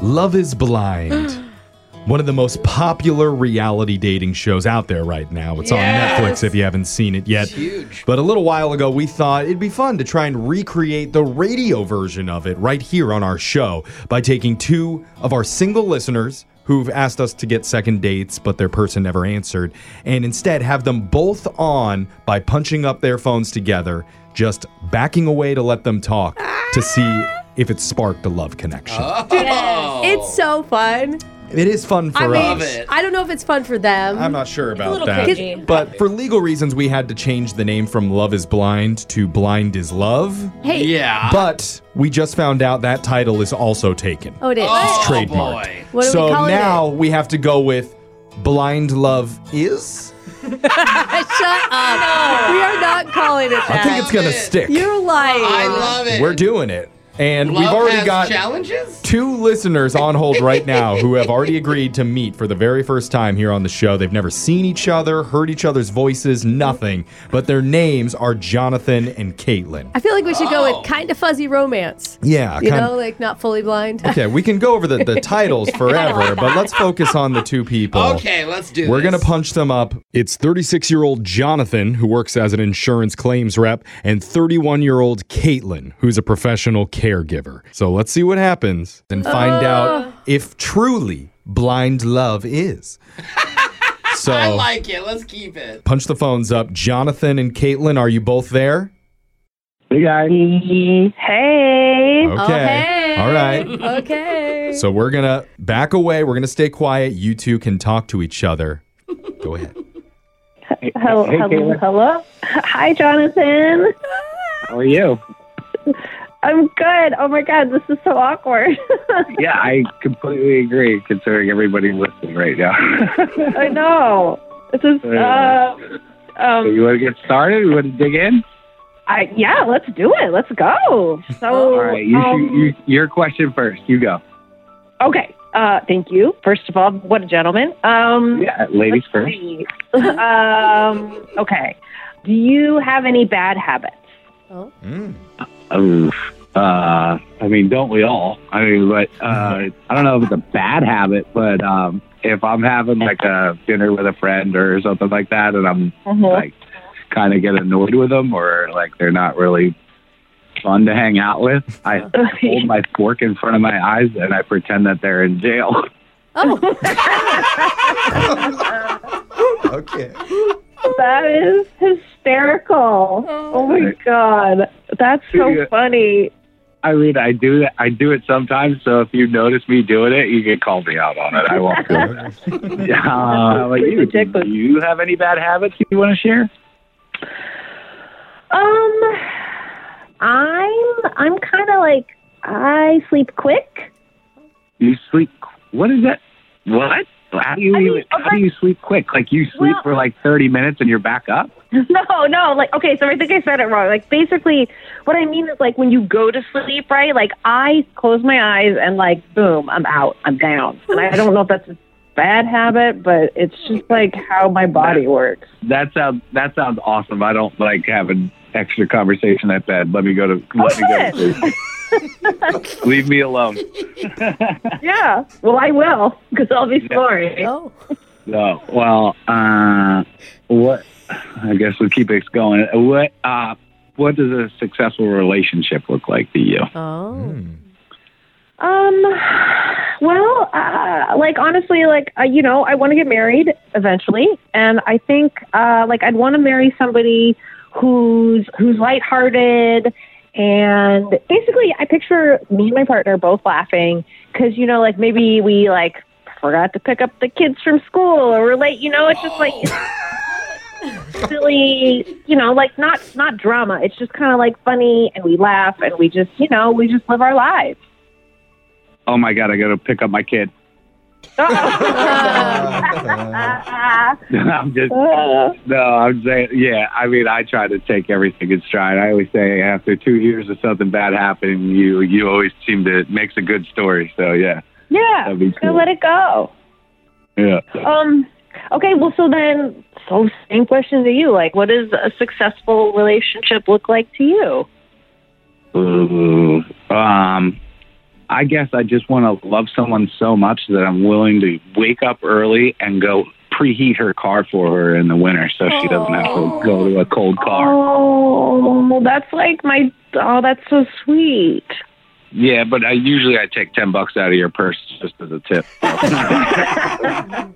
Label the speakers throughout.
Speaker 1: Love is Blind. One of the most popular reality dating shows out there right now. It's
Speaker 2: Yes.
Speaker 1: on Netflix if you haven't seen it yet.
Speaker 3: Huge.
Speaker 1: But a little while ago, we thought it'd be fun to try and recreate the radio version of it right here on our show by taking two of our single listeners who've asked us to get second dates, but their person never answered, and instead have them both on by punching up their phones together, just backing away to let them talk to see if it sparked a love connection.
Speaker 3: Oh.
Speaker 2: It's so fun.
Speaker 1: It is fun for
Speaker 2: I mean,
Speaker 1: us.
Speaker 3: Love it.
Speaker 2: I don't know if it's fun for them.
Speaker 1: I'm not sure about
Speaker 4: little
Speaker 1: that.
Speaker 4: cringy.
Speaker 1: But for legal reasons, we had to change the name from Love is Blind to Blind is Love.
Speaker 2: hey,
Speaker 3: yeah.
Speaker 1: But we just found out that title is also taken.
Speaker 2: oh, it is.
Speaker 3: oh,
Speaker 1: trademarked.
Speaker 3: boy.
Speaker 2: What are
Speaker 1: so
Speaker 2: we calling
Speaker 1: now we have to go with Blind Love Is?
Speaker 2: it? Shut up. We are not calling it that.
Speaker 1: I think it's going to stick.
Speaker 2: You're lying.
Speaker 3: I love it.
Speaker 1: We're doing it. And
Speaker 3: Love
Speaker 1: we've already
Speaker 3: has
Speaker 1: got
Speaker 3: challenges.
Speaker 1: two listeners on hold right now who have already agreed to meet for the very first time here on the show. They've never seen each other, heard each other's voices, nothing. But their names are Jonathan and Caitlin.
Speaker 2: I feel like we should go
Speaker 3: Oh.
Speaker 2: with kind of fuzzy romance.
Speaker 1: Yeah,
Speaker 2: You
Speaker 1: kind
Speaker 2: know, like not fully blind.
Speaker 1: Okay, we can go over the, the titles forever, but let's focus on the two people.
Speaker 3: Okay, let's do.
Speaker 1: We're
Speaker 3: this.
Speaker 1: going to punch them up. It's 36 year old Jonathan, who works as an insurance claims rep, and 31 year old Caitlin, who's a professional caregiver. So let's see what happens and find out if truly blind love is. So
Speaker 3: I like it. Let's keep it.
Speaker 1: punch the phones up. Jonathan and Caitlin, are you both there?
Speaker 5: Hey guys.
Speaker 6: Hey.
Speaker 2: Oh,
Speaker 1: Okay.
Speaker 2: Okay.
Speaker 1: All right.
Speaker 2: Okay.
Speaker 1: So we're going to back away. We're going to stay quiet. You two can talk to each other. Go ahead.
Speaker 6: Hello.
Speaker 5: Hey,
Speaker 6: hello.
Speaker 5: Caitlin.
Speaker 6: Hello. Hi, Jonathan.
Speaker 5: How are you?
Speaker 6: I'm good. Oh my God, this is so awkward.
Speaker 5: Yeah, I completely agree. Considering everybody's listening right now.
Speaker 6: I know. This is. Uh,
Speaker 5: So
Speaker 6: um.
Speaker 5: you want to get started? You want to dig in?
Speaker 6: I, yeah. Let's do it. Let's go. So.
Speaker 5: All right. You,
Speaker 6: um,
Speaker 5: should, you your question first. You go.
Speaker 6: Okay. Uh, thank you. First of all, what a gentleman. Um,
Speaker 5: Yeah, Uh, ladies
Speaker 6: let's
Speaker 5: first.
Speaker 6: see. um, okay. Do you have any bad habits?
Speaker 1: Mm.
Speaker 5: Oof. Uh, I mean, don't we all? I mean, but uh, I don't know if it's a bad habit, but um, if I'm having like a dinner with a friend or something like that, and I'm like kind of get annoyed with them or like they're not really fun to hang out with, I hold my fork in front of my eyes and I pretend that they're in jail.
Speaker 2: Oh,
Speaker 1: Okay.
Speaker 6: That is hysterical. Oh my god. That's so
Speaker 5: Yeah.
Speaker 6: funny.
Speaker 5: I mean, I do that. I do it sometimes. So if you notice me doing it, you can call me out on it. I won't. feel
Speaker 1: Mm.
Speaker 5: bad. yeah, like you, do you have any bad habits you want to share?
Speaker 6: Um I'm I'm kind of like I sleep quick.
Speaker 5: You sleep. What is that? What? How do you
Speaker 6: I mean,
Speaker 5: even, how do
Speaker 6: okay.
Speaker 5: you sleep quick? Like you sleep
Speaker 6: Well-
Speaker 5: for like thirty minutes and you're back up?
Speaker 6: No, no, like okay, so I think I said it wrong. Like basically what I mean is like when you go to sleep, right? Like I close my eyes and like boom, I'm out. I'm down. And I don't know if that's a bad habit, but it's just like how my body works.
Speaker 5: That sounds that sounds awesome. I don't like having extra conversation at bed. Let me go to let me go to sleep. Leave me alone.
Speaker 6: Yeah. Well, I will because I'll be sorry.
Speaker 2: oh.
Speaker 1: Mm.
Speaker 5: So, well, uh, what? I guess we keep it going. What? Uh, what does a successful relationship look like to you?
Speaker 2: Oh.
Speaker 6: Um, well, uh, like honestly, like uh, you know, I want to get married eventually, and I think uh, like I'd want to marry somebody who's who's lighthearted, and basically, I picture me and my partner both laughing because you know, like maybe we like forgot to pick up the kids from school or we're late. You know, it's just like. silly, you know, like not not drama. It's just kind of like funny, and we laugh, and we just, you know, we just live our lives.
Speaker 5: Oh my God, I got to pick up my kid.
Speaker 2: Oh,
Speaker 5: I'm just
Speaker 6: Uh.
Speaker 5: no. I'm saying, yeah. I mean, I try to take everything in stride. I always say, after two years of something bad happening, you you always seem to it makes a good story. So yeah,
Speaker 6: yeah,
Speaker 5: That'd be
Speaker 6: so
Speaker 5: cool.
Speaker 6: let it go.
Speaker 5: yeah.
Speaker 6: Um, okay, well, so then, so same question to you. Like, what does a successful relationship look like to you?
Speaker 5: Ooh. Um, I guess I just want to love someone so much that I'm willing to wake up early and go preheat her car for her in the winter so she doesn't have to go to a cold car.
Speaker 6: Oh, that's like my. Oh, that's so sweet.
Speaker 5: Yeah, but I usually I take ten bucks out of your purse just as a tip.
Speaker 1: Okay,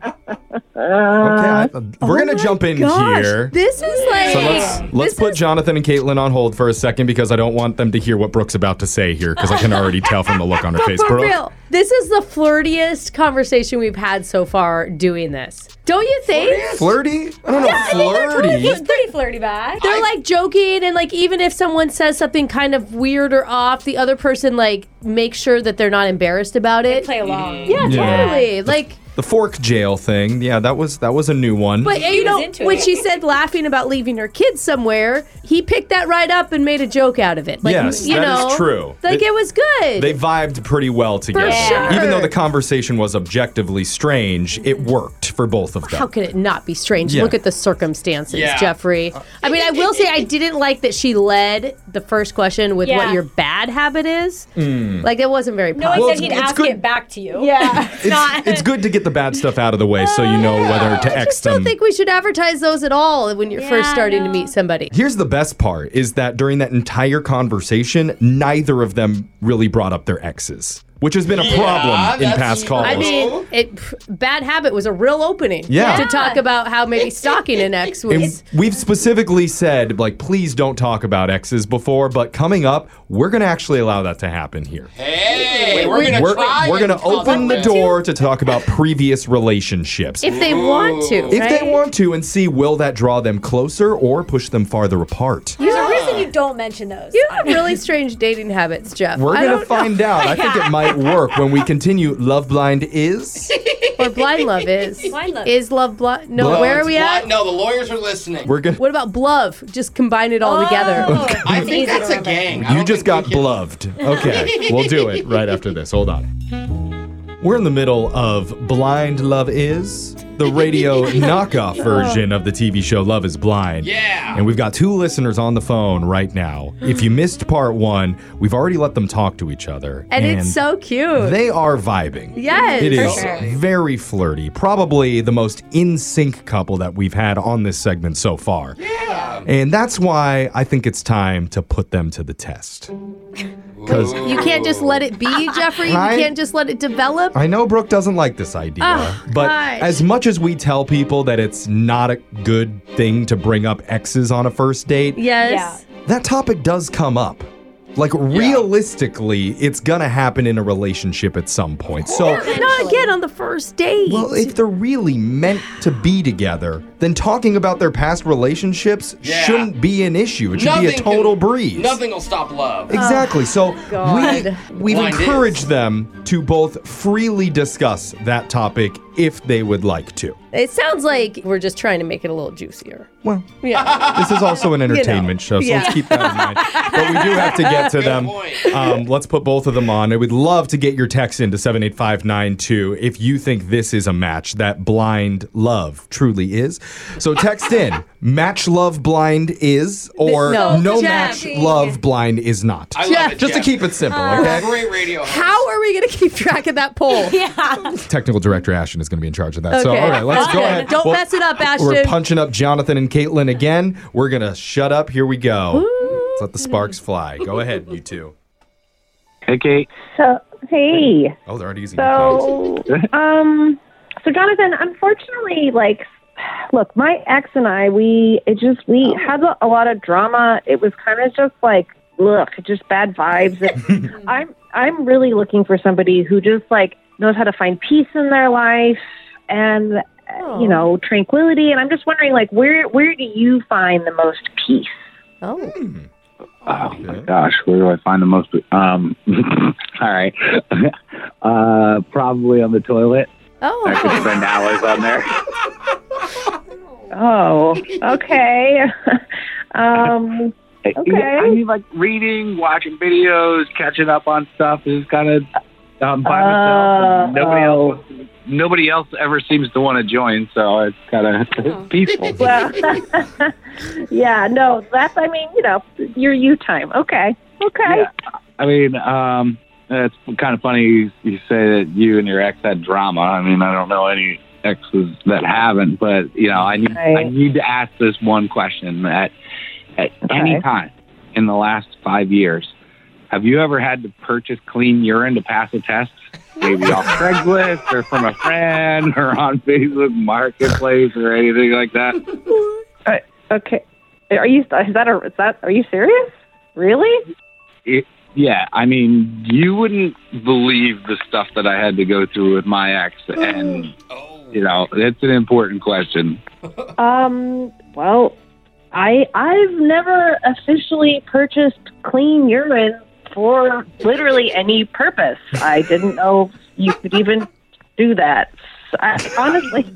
Speaker 6: Uh,
Speaker 1: I- we're gonna
Speaker 2: Uh, oh my
Speaker 1: jump in
Speaker 2: Gosh,
Speaker 1: here.
Speaker 2: this is like
Speaker 1: So let's let's
Speaker 2: this
Speaker 1: put
Speaker 2: is-
Speaker 1: Jonathan and Caitlin on hold for a second because I don't want them to hear what Brooke's about to say here because I can already tell from the look on her face.
Speaker 2: for
Speaker 1: Brooke,
Speaker 2: real. This is the flirtiest conversation we've had so far doing this. Don't you think?
Speaker 1: flirty? I don't know, flirty.
Speaker 4: He's pretty flirty back.
Speaker 2: They're like joking, and like even if someone says something kind of weird or off, the other person like makes sure that they're not embarrassed about it.
Speaker 4: Play along.
Speaker 2: yeah,
Speaker 1: Mm-hmm. Yeah.
Speaker 2: totally. Like,
Speaker 1: The fork jail thing. Yeah, that was that was a new one.
Speaker 2: but you know,
Speaker 4: was into
Speaker 2: when
Speaker 4: it.
Speaker 2: she said laughing about leaving her kids somewhere, he picked that right up and made a joke out of it. Like,
Speaker 1: Yes,
Speaker 2: you
Speaker 1: that is
Speaker 2: know,
Speaker 1: true.
Speaker 2: Like
Speaker 1: They-
Speaker 2: it was good.
Speaker 1: they vibed pretty well together.
Speaker 2: sure.
Speaker 1: Even though the conversation was objectively strange, it worked for both of them.
Speaker 2: How could it not be strange?
Speaker 1: Yeah.
Speaker 2: Look at the circumstances,
Speaker 3: Yeah.
Speaker 2: Jeffrey. I mean, I will say I didn't like that she led the first question with what
Speaker 4: Yeah.
Speaker 2: your bad habit is.
Speaker 1: Hmm.
Speaker 2: Like it wasn't very
Speaker 4: No one
Speaker 2: positive.
Speaker 1: Well,
Speaker 4: said he'd
Speaker 1: it's- it's
Speaker 4: ask
Speaker 1: good-
Speaker 4: it back to you.
Speaker 2: yeah.
Speaker 4: It's not.
Speaker 1: it's good to get the bad stuff out of the way so you know whether to
Speaker 2: Ah, I
Speaker 1: X
Speaker 2: just
Speaker 1: them.
Speaker 2: don't think we should advertise those at all when you're first
Speaker 4: Yeah,
Speaker 2: starting to
Speaker 4: no.
Speaker 2: meet somebody.
Speaker 1: Here's the best part is that during that entire conversation, neither of them really brought up their exes, which has been a
Speaker 3: Yeah,
Speaker 1: problem in
Speaker 3: that's
Speaker 1: past
Speaker 3: even-
Speaker 1: calls.
Speaker 2: I
Speaker 3: Oh.
Speaker 2: mean, it, pff, bad habit was a real opening
Speaker 1: Yeah.
Speaker 2: to
Speaker 1: Yeah.
Speaker 2: talk about how maybe stalking an ex was.
Speaker 1: and we've specifically said, like, please don't talk about exes before, but coming up, we're going to actually allow that to happen here.
Speaker 3: Hey, we're gonna
Speaker 1: We're,
Speaker 3: try.
Speaker 1: we're
Speaker 3: and
Speaker 1: going to
Speaker 3: call
Speaker 1: open
Speaker 3: it
Speaker 1: the
Speaker 3: good.
Speaker 1: door to talk about previous relationships.
Speaker 2: if they want to,
Speaker 1: If
Speaker 2: right?
Speaker 1: they want to and see will that draw them closer or push them farther apart.
Speaker 4: There's a reason you don't mention those.
Speaker 2: You have really strange dating habits, Jeff.
Speaker 1: We're
Speaker 2: I
Speaker 1: going to
Speaker 2: don't
Speaker 1: find out. I think it might work when we continue Love Blind is
Speaker 2: know what blind love is.
Speaker 4: Blind love.
Speaker 2: Is love blind? No,
Speaker 1: Blind.
Speaker 2: where are we
Speaker 3: Why-
Speaker 2: at?
Speaker 3: No, the lawyers are listening.
Speaker 1: we're going to
Speaker 2: What about bluff? Just combine it all
Speaker 4: Oh.
Speaker 2: together.
Speaker 3: I
Speaker 4: It's
Speaker 3: think
Speaker 4: easy to
Speaker 3: that's a
Speaker 4: remember.
Speaker 3: gang. I
Speaker 1: You
Speaker 3: don't
Speaker 1: just
Speaker 3: think we
Speaker 1: got
Speaker 3: can-
Speaker 1: bluffed. Okay, we'll do it right after this. Hold on. We're in the middle of Blind Love Is, the radio knockoff version of the TV show Love is Blind.
Speaker 3: Yeah.
Speaker 1: And we've got two listeners on the phone right now. If you missed part one, we've already let them talk to each other.
Speaker 2: And it's so cute.
Speaker 1: They are vibing.
Speaker 2: Yes.
Speaker 1: It is
Speaker 2: For
Speaker 1: very flirty. Probably the most in sync couple that we've had on this segment so far.
Speaker 3: Yeah.
Speaker 1: And that's why I think it's time to put them to the test. Because
Speaker 2: you can't just let it be, Jeffrey. You
Speaker 1: I-
Speaker 2: can't just let it develop.
Speaker 1: I know Brooke doesn't like this idea,
Speaker 2: Oh,
Speaker 1: but
Speaker 2: gosh.
Speaker 1: as much as we tell people that it's not a good thing to bring up exes on a first date,
Speaker 2: yes.
Speaker 1: that topic does come up. Like realistically, it's gonna happen in a relationship at some point. So
Speaker 2: Not again on the first date.
Speaker 1: well, if they're really meant to be together, then talking about their past relationships
Speaker 3: Yeah.
Speaker 1: shouldn't be an issue. It should be a
Speaker 3: Nothing
Speaker 1: total
Speaker 3: can-
Speaker 1: breeze.
Speaker 3: Nothing will stop love.
Speaker 1: Exactly. So
Speaker 2: God.
Speaker 1: we we've
Speaker 3: Blind
Speaker 1: encouraged them to both freely discuss that topic if they would like to.
Speaker 2: it sounds like we're just trying to make it a little juicier.
Speaker 1: Well,
Speaker 2: Yeah.
Speaker 1: this is also an entertainment show, so let's
Speaker 2: Yeah.
Speaker 1: keep that in mind. But we do have to get to
Speaker 3: Good
Speaker 1: them.
Speaker 3: point.
Speaker 1: Um, let's put both of them on. I would love to get your text into 78592 if you think this is a match that blind love truly is. So text in match love blind is or no,
Speaker 2: No.
Speaker 1: match
Speaker 2: Jackie. Uh.
Speaker 1: love blind is not.
Speaker 3: I love it,
Speaker 1: Just to
Speaker 3: Jeff.
Speaker 1: keep it simple, okay?
Speaker 3: Great radio. host.
Speaker 2: How are we going to keep track of that poll?
Speaker 4: Yeah.
Speaker 1: technical director Ashton is going to be in charge of that. So,
Speaker 2: Okay.
Speaker 1: all right, let's
Speaker 2: That's
Speaker 1: go
Speaker 2: good.
Speaker 1: ahead.
Speaker 2: Don't
Speaker 1: Well,
Speaker 2: mess it up, Ashton.
Speaker 1: We're punching up Jonathan and Caitlin again. We're going to shut up. Here we go. Let's let the sparks fly. Go ahead, you two.
Speaker 5: hey, Kate.
Speaker 6: So hey.
Speaker 1: Oh, they're already using the
Speaker 6: So, um, so Jonathan, unfortunately, like, look, my ex and I, we it just we had a, a lot of drama. It was kind of just like, look, just bad vibes. And I'm I'm really looking for somebody who just like knows how to find peace in their life and uh,
Speaker 2: Oh.
Speaker 6: you know tranquility. And I'm just wondering, like, where where do you find the most peace?
Speaker 2: Oh.
Speaker 5: Oh my gosh, where do I find the most? Um, all right, uh, probably on the toilet. I could
Speaker 2: Oh.
Speaker 5: spend hours on there.
Speaker 6: Oh, okay. um, Okay.
Speaker 5: I mean, like reading, watching videos, catching up on stuff is kind of um, by myself. and Nobody
Speaker 6: Oh.
Speaker 5: else, nobody else ever seems to want to join, so it's kind
Speaker 6: Uh-huh.
Speaker 5: of peaceful.
Speaker 6: well, yeah, no, that's, I mean, you know, your you time. Okay. Okay.
Speaker 5: Yeah. I mean, um, it's kind of funny you, you say that you and your ex had drama. I mean, I don't know any exes that haven't, but you know, I need I
Speaker 7: Right.
Speaker 5: need to ask this one question at at
Speaker 7: Okay.
Speaker 5: any time in the last five years. Have you ever had to purchase clean urine to pass a test? Maybe off Craigslist or from a friend or on Facebook Marketplace or anything like that.
Speaker 7: Okay. Are you? Is that a? Is that? Are you serious? Really?
Speaker 5: Yeah, I mean, you wouldn't believe the stuff that I had to go through with my ex, and
Speaker 3: Oh.
Speaker 5: you know, it's an important question.
Speaker 6: Um, well, I I've never officially purchased clean urine for literally any purpose. I didn't know you could even do that. I, honestly,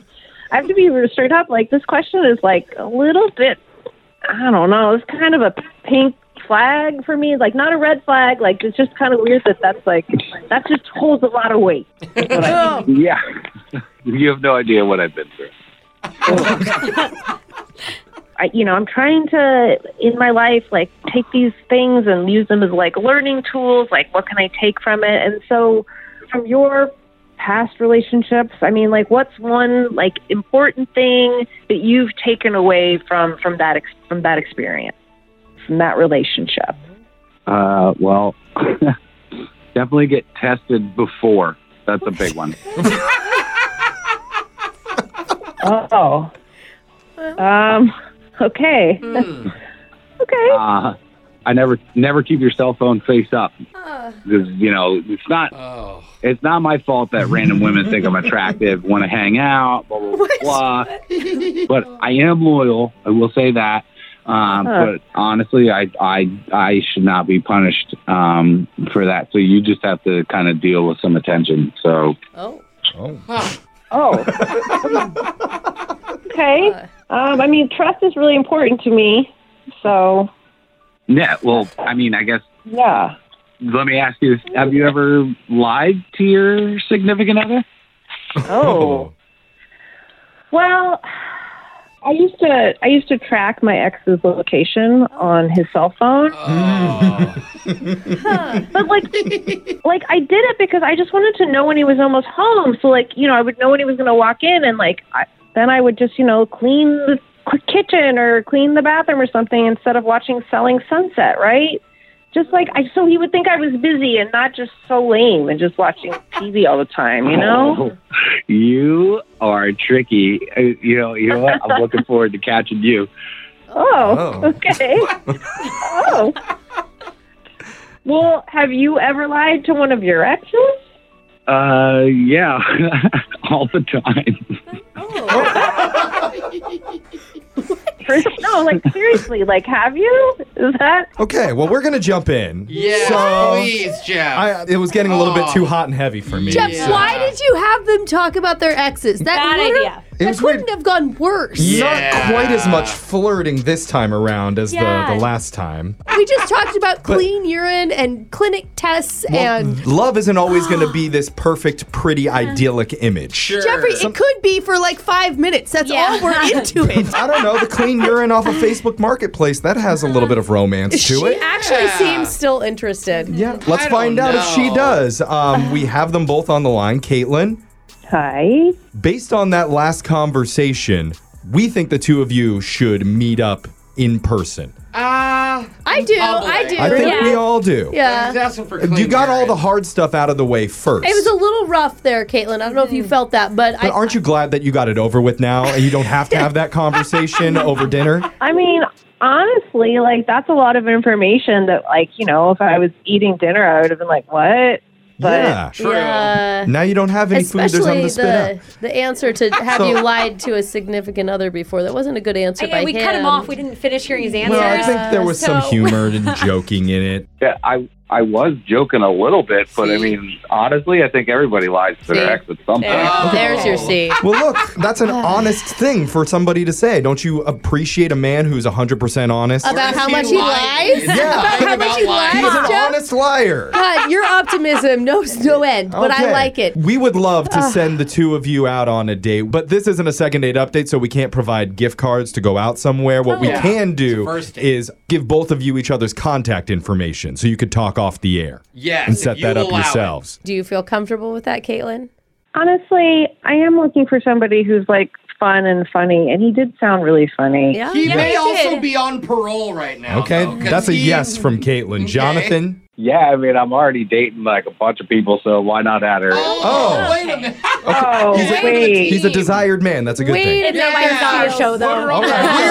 Speaker 6: I have to be straight up. Like this question is like a little bit. I don't know. It's kind of a pink flag for me. Like not a red flag. Like it's just kind of weird that that's like that just holds a lot of weight. is what I-
Speaker 2: Oh,
Speaker 5: Yeah, you have no idea what I've been through.
Speaker 6: I, you know, I'm trying to in my life like take these things and use them as like learning tools. Like, what can I take from it? And so, from your past relationships, I mean, like, what's one like important thing that you've taken away from from that ex- from that experience, from that relationship?
Speaker 5: Uh, well, definitely get tested before. That's a big one.
Speaker 7: Oh. Um. Okay.
Speaker 3: Mm.
Speaker 6: Okay,
Speaker 5: Uh, I never, never keep your cell phone face up
Speaker 2: uh,
Speaker 5: because you know it's not,
Speaker 3: Oh.
Speaker 5: it's not my fault that random women think I'm attractive, want to hang out, blah blah
Speaker 2: What?
Speaker 5: blah. but I am loyal. I will say that. Um,
Speaker 6: Huh.
Speaker 5: But honestly, I, I I should not be punished um, for that. So you just have to kind of deal with some attention. So
Speaker 2: oh.
Speaker 1: Oh.
Speaker 6: Oh. okay. Um, I mean, trust is really important to me. So,
Speaker 5: yeah, well, I mean, I guess
Speaker 6: yeah.
Speaker 5: let me ask you: Have you ever lied to your significant other?
Speaker 6: Oh. Well, I used to I used to track my ex's location on his cell phone,
Speaker 1: Mm.
Speaker 3: Oh.
Speaker 2: Huh.
Speaker 6: but like like I did it because I just wanted to know when he was almost home. So like you know I would know when he was going to walk in, and like I, then I would just you know clean the qu- kitchen or clean the bathroom or something instead of watching Selling Sunset, right? Just like I, so he would think I was busy and not just so lame and just watching TV all the time, you know.
Speaker 5: Oh. you are tricky. Uh, You know, you know what? I'm looking forward to catching you.
Speaker 6: Oh,
Speaker 1: Oh.
Speaker 6: okay. oh. Well, have you ever lied to one of your exes?
Speaker 5: Uh, yeah, all the time.
Speaker 2: Oh.
Speaker 6: For- no, like seriously, like have you? Is that
Speaker 1: Okay, well, we're going to jump in.
Speaker 3: Yeah,
Speaker 1: So,
Speaker 3: please, Jeff.
Speaker 1: I, it was getting a little bit
Speaker 3: Aw.
Speaker 1: too hot and heavy for me.
Speaker 2: Jeff,
Speaker 3: Yeah.
Speaker 2: why did you have them talk about their exes? That
Speaker 4: Bad
Speaker 2: literally-
Speaker 4: idea.
Speaker 1: It
Speaker 2: That
Speaker 1: was
Speaker 2: couldn't
Speaker 1: weird.
Speaker 2: have gone worse.
Speaker 3: Yeah.
Speaker 1: Not quite as much flirting this time around as the,
Speaker 4: Yeah.
Speaker 1: the last time.
Speaker 2: We just talked about clean urine and clinic tests and
Speaker 1: Love isn't always going to be this perfect, pretty, idyllic image.
Speaker 3: Sure.
Speaker 2: Jeffrey, it could be for like five minutes. That's
Speaker 4: Yeah.
Speaker 2: all we're into it.
Speaker 1: I don't know. The clean urine off of Facebook Marketplace that has a little bit of romance to
Speaker 2: she
Speaker 1: it.
Speaker 2: actually
Speaker 3: Yeah.
Speaker 2: seems still interested.
Speaker 1: Yeah, let's
Speaker 3: I
Speaker 1: find out
Speaker 3: don't
Speaker 1: if she
Speaker 3: know.
Speaker 1: does. Um, we have them both on the line. Caitlin,
Speaker 6: hi?
Speaker 1: based on that last conversation, we think the two of you should meet up in person.
Speaker 3: Ah,
Speaker 2: I do.
Speaker 3: Oh, boy.
Speaker 2: I do.
Speaker 1: I think
Speaker 2: yeah.
Speaker 1: we all do.
Speaker 3: he's
Speaker 2: yeah.
Speaker 3: asking for clean
Speaker 1: You got all
Speaker 3: urine.
Speaker 1: the hard stuff out of the way first.
Speaker 2: It was a little rough there, Caitlin. I don't know if
Speaker 4: Mm-hmm.
Speaker 2: you felt that, but, I,
Speaker 1: but aren't you glad that you got it over with now and you don't have to have that conversation over dinner?
Speaker 6: I mean, honestly, like that's a lot of information that like, you know, if I was eating dinner, I would have been like, "What?" But
Speaker 1: yeah.
Speaker 3: True.
Speaker 2: Yeah.
Speaker 1: Now you don't have any food. There's nothing
Speaker 2: uh, Especially
Speaker 1: to spit out.
Speaker 2: the, the answer to have
Speaker 1: So-
Speaker 2: you lied to a significant other before. That wasn't a good answer by
Speaker 4: Yeah, we cut him off. We didn't finish hearing his answers.
Speaker 1: Well, I think there was some
Speaker 4: so-
Speaker 1: humor and joking in it.
Speaker 5: Yeah, I I was joking a little bit, but I
Speaker 3: See?
Speaker 5: mean, honestly, I think everybody lies to their
Speaker 2: See?
Speaker 5: ex at some
Speaker 2: There-
Speaker 5: point.
Speaker 3: Oh.
Speaker 2: There's your seat.
Speaker 1: Well, look, that's an honest thing for somebody to say. Don't you appreciate a man who's 100% honest?
Speaker 2: About
Speaker 3: Or
Speaker 2: how
Speaker 3: if
Speaker 2: much he
Speaker 3: lied,
Speaker 2: lies?
Speaker 3: it's
Speaker 1: Yeah.
Speaker 3: lying
Speaker 1: About
Speaker 2: how much he
Speaker 3: about
Speaker 2: lies?
Speaker 1: He's an
Speaker 2: Jeff?
Speaker 1: honest liar.
Speaker 2: God, your optimism knows no end, but I
Speaker 1: Okay.
Speaker 2: like it.
Speaker 1: We would love to send the two of you out on a date, but this isn't a second date update, so we can't provide gift cards to go out
Speaker 2: Oh,
Speaker 1: somewhere. What we
Speaker 3: Yeah.
Speaker 1: can do
Speaker 3: It's a first date.
Speaker 1: is give both of you each other's contact information so you could talk off the air.
Speaker 2: Yes,
Speaker 1: And
Speaker 2: if
Speaker 1: set
Speaker 2: you
Speaker 1: that up
Speaker 2: allow it.
Speaker 1: yourselves.
Speaker 2: Do you feel comfortable with that, Caitlin?
Speaker 6: Honestly, I am looking for somebody who's like fun and funny, and he did sound really funny.
Speaker 2: Oh,
Speaker 4: He may
Speaker 1: he
Speaker 4: also be on parole right now.
Speaker 1: Okay, that's a yes from Caitlin. Jonathan,
Speaker 5: Yeah, I mean, I'm already dating like a bunch of people, so why not add her?
Speaker 1: Oh.
Speaker 4: Wait a minute.
Speaker 6: Oh, wait.
Speaker 1: he's a desired man. That's a good thing.
Speaker 2: Wait a minute.
Speaker 4: Yes.
Speaker 2: our show, though.
Speaker 1: All right, we're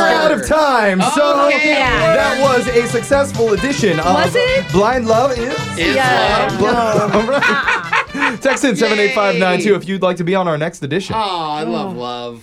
Speaker 1: out of time. So
Speaker 4: Okay.
Speaker 1: that was a successful edition of
Speaker 2: Was it?
Speaker 1: Blind Love is.
Speaker 4: Is
Speaker 2: Yeah.
Speaker 4: love.
Speaker 1: Blind- All
Speaker 2: Uh-uh.
Speaker 1: right. Text in 78592 if you'd like to be on our next edition.
Speaker 4: Aw, Ah, I love love.